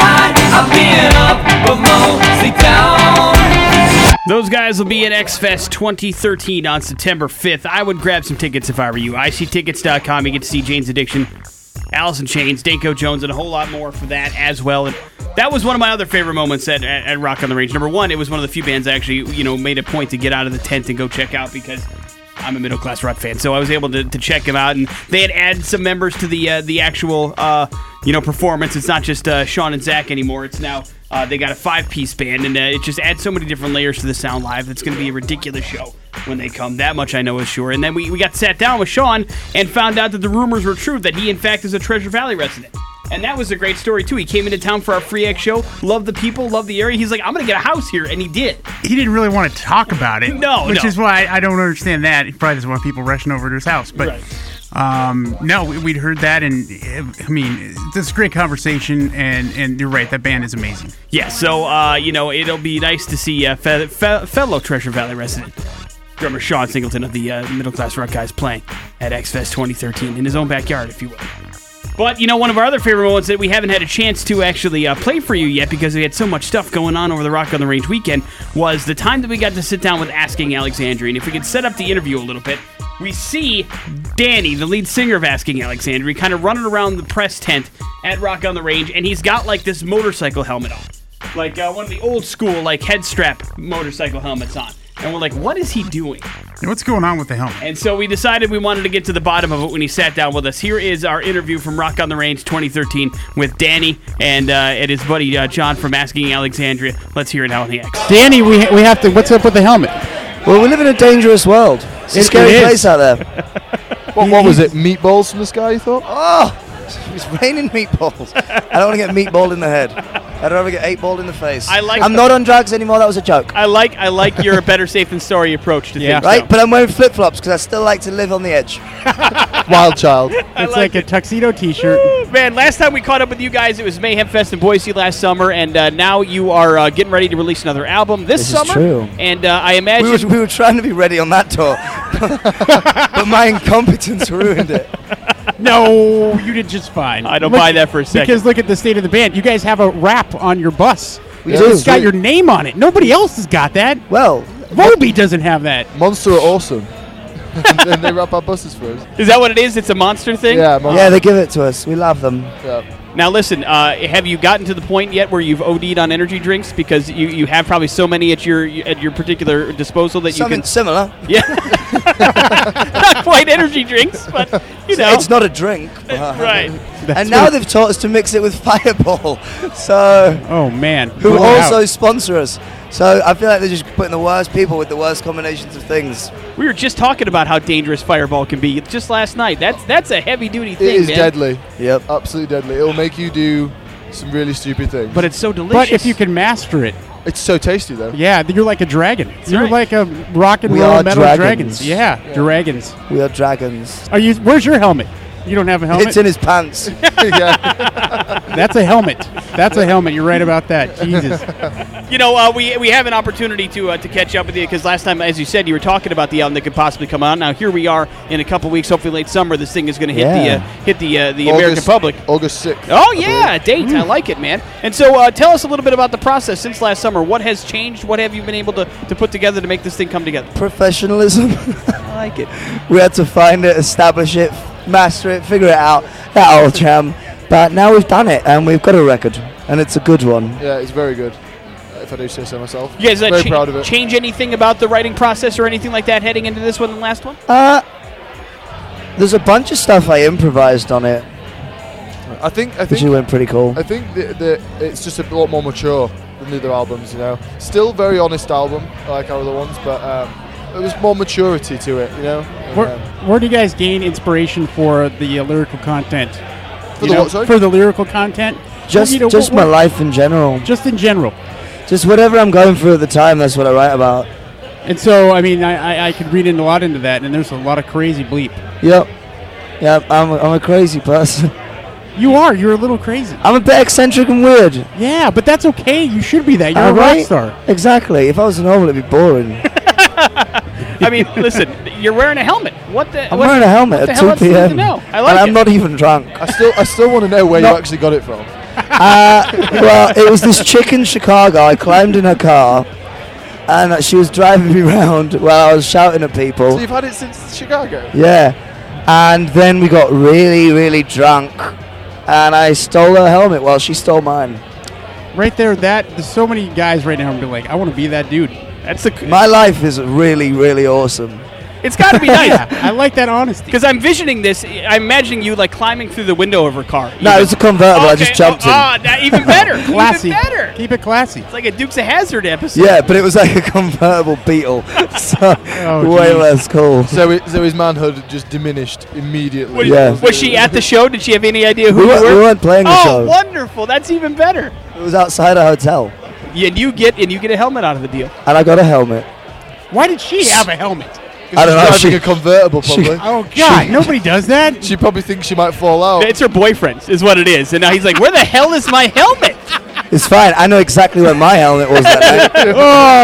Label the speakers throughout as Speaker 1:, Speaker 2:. Speaker 1: I've been up, but mostly down.
Speaker 2: Those guys will be at X Fest 2013 on September 5th. I would grab some tickets if I were you. ICTickets.com. You get to see Jane's Addiction, Allison Chains, Danko Jones, and a whole lot more for that as well. And that was one of my other favorite moments at, at, at Rock on the Range. Number one, it was one of the few bands I actually, you know, made a point to get out of the tent and go check out because I'm a middle class rock fan. So I was able to, to check them out, and they had added some members to the uh, the actual, uh, you know, performance. It's not just uh, Sean and Zach anymore. It's now uh, they got a five piece band, and uh, it just adds so many different layers to the sound live. It's going to be a ridiculous show when they come. That much I know is sure. And then we, we got sat down with Sean and found out that the rumors were true that he, in fact, is a Treasure Valley resident. And that was a great story, too. He came into town for our free X show, loved the people, loved the area. He's like, I'm going to get a house here. And he did.
Speaker 3: He didn't really want to talk about it.
Speaker 2: No,
Speaker 3: which
Speaker 2: no.
Speaker 3: is why I don't understand that. He probably doesn't want people rushing over to his house. But um, no, we- we'd heard that, and eh, I mean, this is a great conversation. And and you're right, that band is amazing.
Speaker 2: Yeah, so, uh, you know, it'll be nice to see uh, fe- fe- fellow Treasure Valley resident, drummer Sean Singleton of the uh, Middle Class Rock Guys, playing at X Fest 2013 in his own backyard, if you will. But, you know, one of our other favorite moments that we haven't had a chance to actually uh, play for you yet because we had so much stuff going on over the Rock on the Range weekend was the time that we got to sit down with Asking Alexandria. And if we could set up the interview a little bit, we see Danny, the lead singer of Asking Alexandria, kind of running around the press tent at Rock on the Range, and he's got like this motorcycle helmet on like uh, one of the old school like head strap motorcycle helmets on and we're like what is he doing
Speaker 3: And what's going on with the helmet?
Speaker 2: and so we decided we wanted to get to the bottom of it when he sat down with us here is our interview from rock on the range 2013 with danny and uh, and his buddy uh, john from asking alexandria let's hear it out on the x
Speaker 4: Danny, we, we have to. What's up with the helmet?
Speaker 5: Well, we live in a dangerous world. It's a
Speaker 4: It-
Speaker 5: scary
Speaker 4: it is.
Speaker 5: place out there.
Speaker 6: What, what was it? Meatballs from the sky, you thought?
Speaker 5: Oh, it's raining meatballs. I don't want to get meatballed in the head. I'd rather get eight balled in the face.
Speaker 2: I like
Speaker 5: I'm
Speaker 2: that.
Speaker 5: not on drugs anymore. That was a joke,
Speaker 2: i like i like your better safe than sorry approach to
Speaker 4: Yeah.
Speaker 2: things
Speaker 5: right?
Speaker 2: though.
Speaker 5: But I'm wearing flip flops because I still like to live on the edge.
Speaker 6: Wild Child.
Speaker 4: It's
Speaker 2: like
Speaker 4: like, a tuxedo T-shirt.
Speaker 2: Man, last time we caught up with you guys, it was Mayhem Fest in Boise last summer, and uh, now you are uh, getting ready to release another album this,
Speaker 5: This is
Speaker 2: summer.
Speaker 5: true.
Speaker 2: And uh, I imagine
Speaker 5: We were, we were trying to be ready on that tour, but my incompetence ruined it.
Speaker 4: no, you did just fine.
Speaker 2: I don't buy that for a second.
Speaker 4: Because look at the state of the band. You guys have a wrap on your bus.
Speaker 6: We
Speaker 4: So
Speaker 6: do.
Speaker 4: It's got your name on it. Nobody else has got that.
Speaker 5: Well,
Speaker 4: Roby doesn't have that.
Speaker 6: Monster are awesome. and then they wrap our buses for us.
Speaker 2: Is that what it is? It's a monster thing?
Speaker 6: Yeah, Monster.
Speaker 5: yeah, they give it to us. We love them.
Speaker 6: yeah.
Speaker 2: Now, listen, uh, have you gotten to the point yet where you've OD'd on energy drinks? Because you, you have probably so many at your at your particular disposal that
Speaker 5: Something
Speaker 2: you can.
Speaker 5: similar.
Speaker 2: Yeah. Not quite energy drinks, but, you know.
Speaker 5: It's not a drink. but-
Speaker 2: right.
Speaker 5: and now they've taught us to mix it with Fireball. So
Speaker 4: Oh man.
Speaker 5: who
Speaker 4: Look out.
Speaker 5: also sponsor us. So I feel like they're just putting the worst people with the worst combinations of things.
Speaker 2: We were just talking about how dangerous Fireball can be just last night. That's that's a heavy duty
Speaker 6: It
Speaker 2: thing.
Speaker 6: is
Speaker 2: man.
Speaker 6: deadly.
Speaker 5: Yep.
Speaker 6: Absolutely deadly. It'll make you do some really stupid things.
Speaker 2: But it's so delicious.
Speaker 4: But if you can master it,
Speaker 6: it's so tasty, though.
Speaker 4: yeah, then you're like a dragon. you're
Speaker 2: right.
Speaker 4: like a rock and
Speaker 5: We
Speaker 4: roll
Speaker 5: are
Speaker 4: metal dragons.
Speaker 5: dragons.
Speaker 4: Yeah, dragons.
Speaker 5: We are dragons.
Speaker 4: Are you? Where's your helmet? You don't have a helmet.
Speaker 5: It's in his pants.
Speaker 6: yeah.
Speaker 4: That's a helmet. That's a helmet. You're right about that. Jesus.
Speaker 2: You know, uh, we we have an opportunity to uh, to catch up with you because last time, as you said, you were talking about the album that could possibly come out. Now here we are in a couple weeks, hopefully late summer. This thing is going to hit the
Speaker 5: Yeah.
Speaker 2: uh, hit the uh, the American
Speaker 6: August-
Speaker 2: public.
Speaker 6: August 6th.
Speaker 2: Oh
Speaker 6: I
Speaker 2: yeah,
Speaker 6: believe.
Speaker 2: a date.
Speaker 5: Mm.
Speaker 2: I like it, man. And so, uh, tell us a little bit about the process since last summer. What has changed? What have you been able to, to put together to make this thing come together?
Speaker 5: Professionalism.
Speaker 2: I like it.
Speaker 5: we had to find it, establish it, master it, figure it out. That old cham. But now we've done it and we've got a record. And it's a good one.
Speaker 6: Yeah, it's very good. If I do say so myself.
Speaker 2: You guys uh,
Speaker 6: very
Speaker 2: cha-
Speaker 6: proud of it.
Speaker 2: change anything about the writing process or anything like that heading into this one and last one?
Speaker 5: Uh, there's a bunch of stuff I improvised on it,
Speaker 6: I think. I
Speaker 5: which
Speaker 6: think.
Speaker 5: went pretty cool.
Speaker 6: I think that, that it's just a lot more mature than the other albums, you know. Still very honest album, like our other ones, but um, there was more maturity to it, you know. And,
Speaker 4: Where,
Speaker 6: um,
Speaker 4: where do you guys gain inspiration for the uh, lyrical content?
Speaker 6: for
Speaker 4: You
Speaker 6: the
Speaker 4: know,
Speaker 6: what, sorry?
Speaker 4: For the lyrical content?
Speaker 5: Just,
Speaker 4: You know,
Speaker 5: just
Speaker 4: what-
Speaker 5: my
Speaker 4: what-
Speaker 5: life in general.
Speaker 4: Just in general.
Speaker 5: Just whatever I'm going through at the time, that's what I write about.
Speaker 4: And so, I mean, I, I, I could read in a lot into that, and there's a lot of crazy bleep.
Speaker 5: Yep. Yep, I'm, I'm a crazy person.
Speaker 4: You are. You're a little crazy.
Speaker 5: I'm a bit eccentric and weird.
Speaker 4: Yeah, but that's okay. You should be that. You're
Speaker 5: All
Speaker 4: a rock
Speaker 5: right?
Speaker 4: star.
Speaker 5: Exactly. If I was normal, it'd be boring.
Speaker 2: I mean, listen, you're wearing a helmet. What the?
Speaker 5: I'm
Speaker 2: what-
Speaker 5: wearing a helmet
Speaker 2: the
Speaker 5: at
Speaker 2: hell
Speaker 5: 2
Speaker 2: else is there to
Speaker 5: p.m.
Speaker 2: know? I like
Speaker 5: and I'm
Speaker 2: it.
Speaker 5: not even drunk.
Speaker 6: I still, I still want to know where
Speaker 5: No.
Speaker 6: you actually got it from.
Speaker 5: well, it was this chick in Chicago. I climbed in her car, and she was driving me round while I was shouting at people.
Speaker 6: So you've had it since Chicago.
Speaker 5: Yeah. And then we got really, really drunk, and I stole her helmet. Well, she stole mine.
Speaker 4: Right there, that there's so many guys right now who are like, I want to be that dude.
Speaker 2: That's the. c-
Speaker 5: My life is really, really awesome.
Speaker 2: It's got to be nice.
Speaker 4: I like that honesty.
Speaker 2: Because I'm visioning this, I'm imagining you like climbing through the window of her car.
Speaker 5: No, it was a convertible. I just jumped in.
Speaker 2: Ah, that- even better.
Speaker 4: Classy.
Speaker 2: Even better.
Speaker 4: Keep it classy.
Speaker 2: It's like a Dukes of Hazard episode.
Speaker 5: Yeah, but it was like a convertible Beetle, so
Speaker 4: Oh,
Speaker 5: way
Speaker 4: geez.
Speaker 5: less cool.
Speaker 6: So, it, so his manhood just diminished immediately.
Speaker 2: Was,
Speaker 5: Yeah.
Speaker 2: was she at the show? Did she have any idea who
Speaker 5: We,
Speaker 2: you
Speaker 5: were,
Speaker 2: were?
Speaker 5: not playing the
Speaker 2: oh,
Speaker 5: show.
Speaker 2: wonderful! That's even better.
Speaker 5: It was outside a hotel,
Speaker 2: Yeah, and you get and you get a helmet out of the deal.
Speaker 5: and I got a helmet.
Speaker 4: Why did she have a helmet?
Speaker 6: I
Speaker 5: don't know,
Speaker 6: Driving
Speaker 5: she-
Speaker 6: a convertible,
Speaker 5: she-
Speaker 6: probably.
Speaker 4: Oh God, nobody does that.
Speaker 6: She probably thinks she might fall out.
Speaker 2: It's her boyfriend's, is what it is. And now he's like, "Where the hell is my helmet?
Speaker 5: It's fine. I know exactly where my helmet was that night.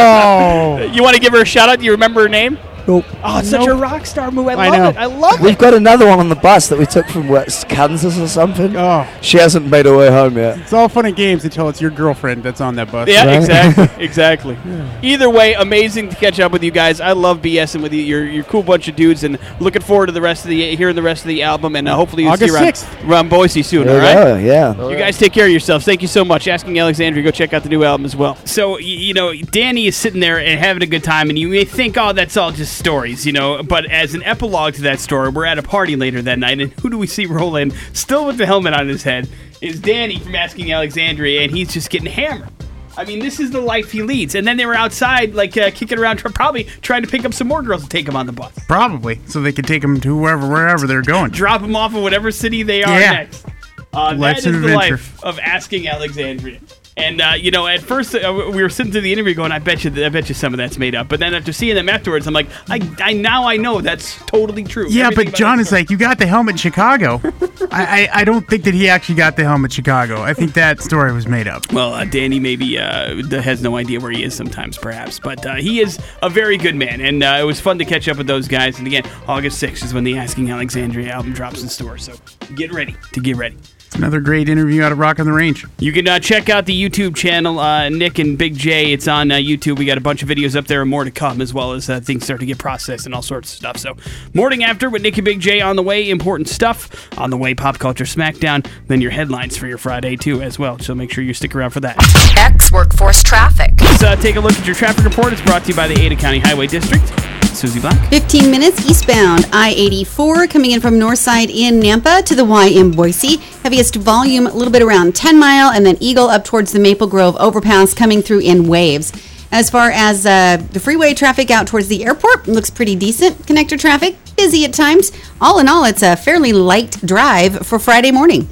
Speaker 4: Oh,
Speaker 2: You want to give her a shout out? Do you remember her name?
Speaker 5: Nope.
Speaker 2: Oh, it's such a rock star move. I,
Speaker 4: I
Speaker 2: love
Speaker 4: know.
Speaker 2: it. I love
Speaker 5: We've
Speaker 2: it.
Speaker 5: got another one on the bus that we took from West Kansas or something.
Speaker 4: oh,
Speaker 5: She hasn't made her way home yet.
Speaker 4: it's all fun and games until it's your girlfriend that's on that bus.
Speaker 2: Yeah,
Speaker 5: Right?
Speaker 2: exactly, exactly. Either way, amazing to catch up with you guys. I love BSing with you. You're you're a cool bunch of dudes, and looking forward to the rest of the hearing the rest of the album, and uh, hopefully you'll see
Speaker 4: August
Speaker 2: around,
Speaker 4: 6th.
Speaker 2: around Boise soon.
Speaker 5: There
Speaker 2: all
Speaker 5: we
Speaker 2: right.
Speaker 5: go, yeah.
Speaker 2: You guys take care of yourselves. Thank you so much. Asking Alexandria, go check out the new album as well. So, y- you know, Danny is sitting there and having a good time, and you may think, oh, that's all just stories, you know. But as an epilogue to that story, we're at a party later that night, and who do we see roll in, still with the helmet on his head, is Danny from Asking Alexandria, and he's just getting hammered. I mean, this is the life he leads. And then they were outside, like, uh, kicking around, tr- probably trying to pick up some more girls to take them on the bus.
Speaker 3: Probably, so they could take them to wherever, wherever they're going.
Speaker 2: Drop them off in whatever city they are
Speaker 3: Yeah.
Speaker 2: next. Uh, that
Speaker 3: Life's
Speaker 2: is
Speaker 3: an
Speaker 2: the
Speaker 3: adventure.
Speaker 2: life of asking Alexandria. And uh, you know, at first uh, we were sitting through the interview, going, "I bet you, th- I bet you, some of that's made up." But then after seeing them afterwards, I'm like, "I, I now I know that's totally true."
Speaker 3: Yeah,
Speaker 2: Everything
Speaker 3: but
Speaker 2: about
Speaker 3: John
Speaker 2: that
Speaker 3: is
Speaker 2: story.
Speaker 3: like, you got the helmet in Chicago. I, I, I don't think that he actually got the helmet Chicago. I think that story was made up.
Speaker 2: "Well, uh, Danny maybe uh, d- has no idea where he is sometimes, perhaps, but uh, he is a very good man, and uh, it was fun to catch up with those guys." And again, August 6th is when the Asking Alexandria album drops in stores, so get ready to get ready.
Speaker 3: It's another great interview out of Rock on the Range.
Speaker 2: You can uh, check out the YouTube channel, uh, Nick and Big J. It's on uh, YouTube. We got a bunch of videos up there and more to come, as well as uh, things start to get processed and all sorts of stuff. So, morning after with Nick and Big J on the way, important stuff on the way, pop culture smackdown, then your headlines for your Friday too, as well. So make sure you stick around for that.
Speaker 7: X Workforce Traffic.
Speaker 2: Let's uh, take a look at your traffic report. It's brought to you by the Ada County Highway District. Susie Black.
Speaker 8: 15 minutes eastbound I 84 coming in from Northside in Nampa to the Y in Boise. Heaviest volume a little bit around 10 Mile and then Eagle up towards the Maple Grove overpass coming through in waves. As far as uh, the freeway traffic out towards the airport, looks pretty decent. Connector traffic, busy at times. All in all, it's a fairly light drive for Friday morning.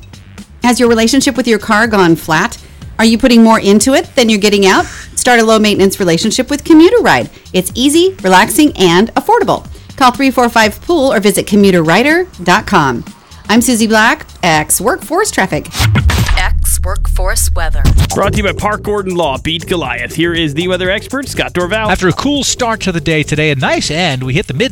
Speaker 8: Has your relationship with your car gone flat? Are you putting more into it than you're getting out? Start a low maintenance relationship with Commuter Ride. It's easy, relaxing, and affordable. Call 345 Pool or visit commuterrider.com. I'm Susie Black, ex Workforce Traffic.
Speaker 7: X Workforce Weather.
Speaker 2: Brought to you by Park Gordon Law. Beat Goliath. Here is the weather expert, Scott Dorval.
Speaker 9: After a cool start to the day today, a nice end, we hit the mid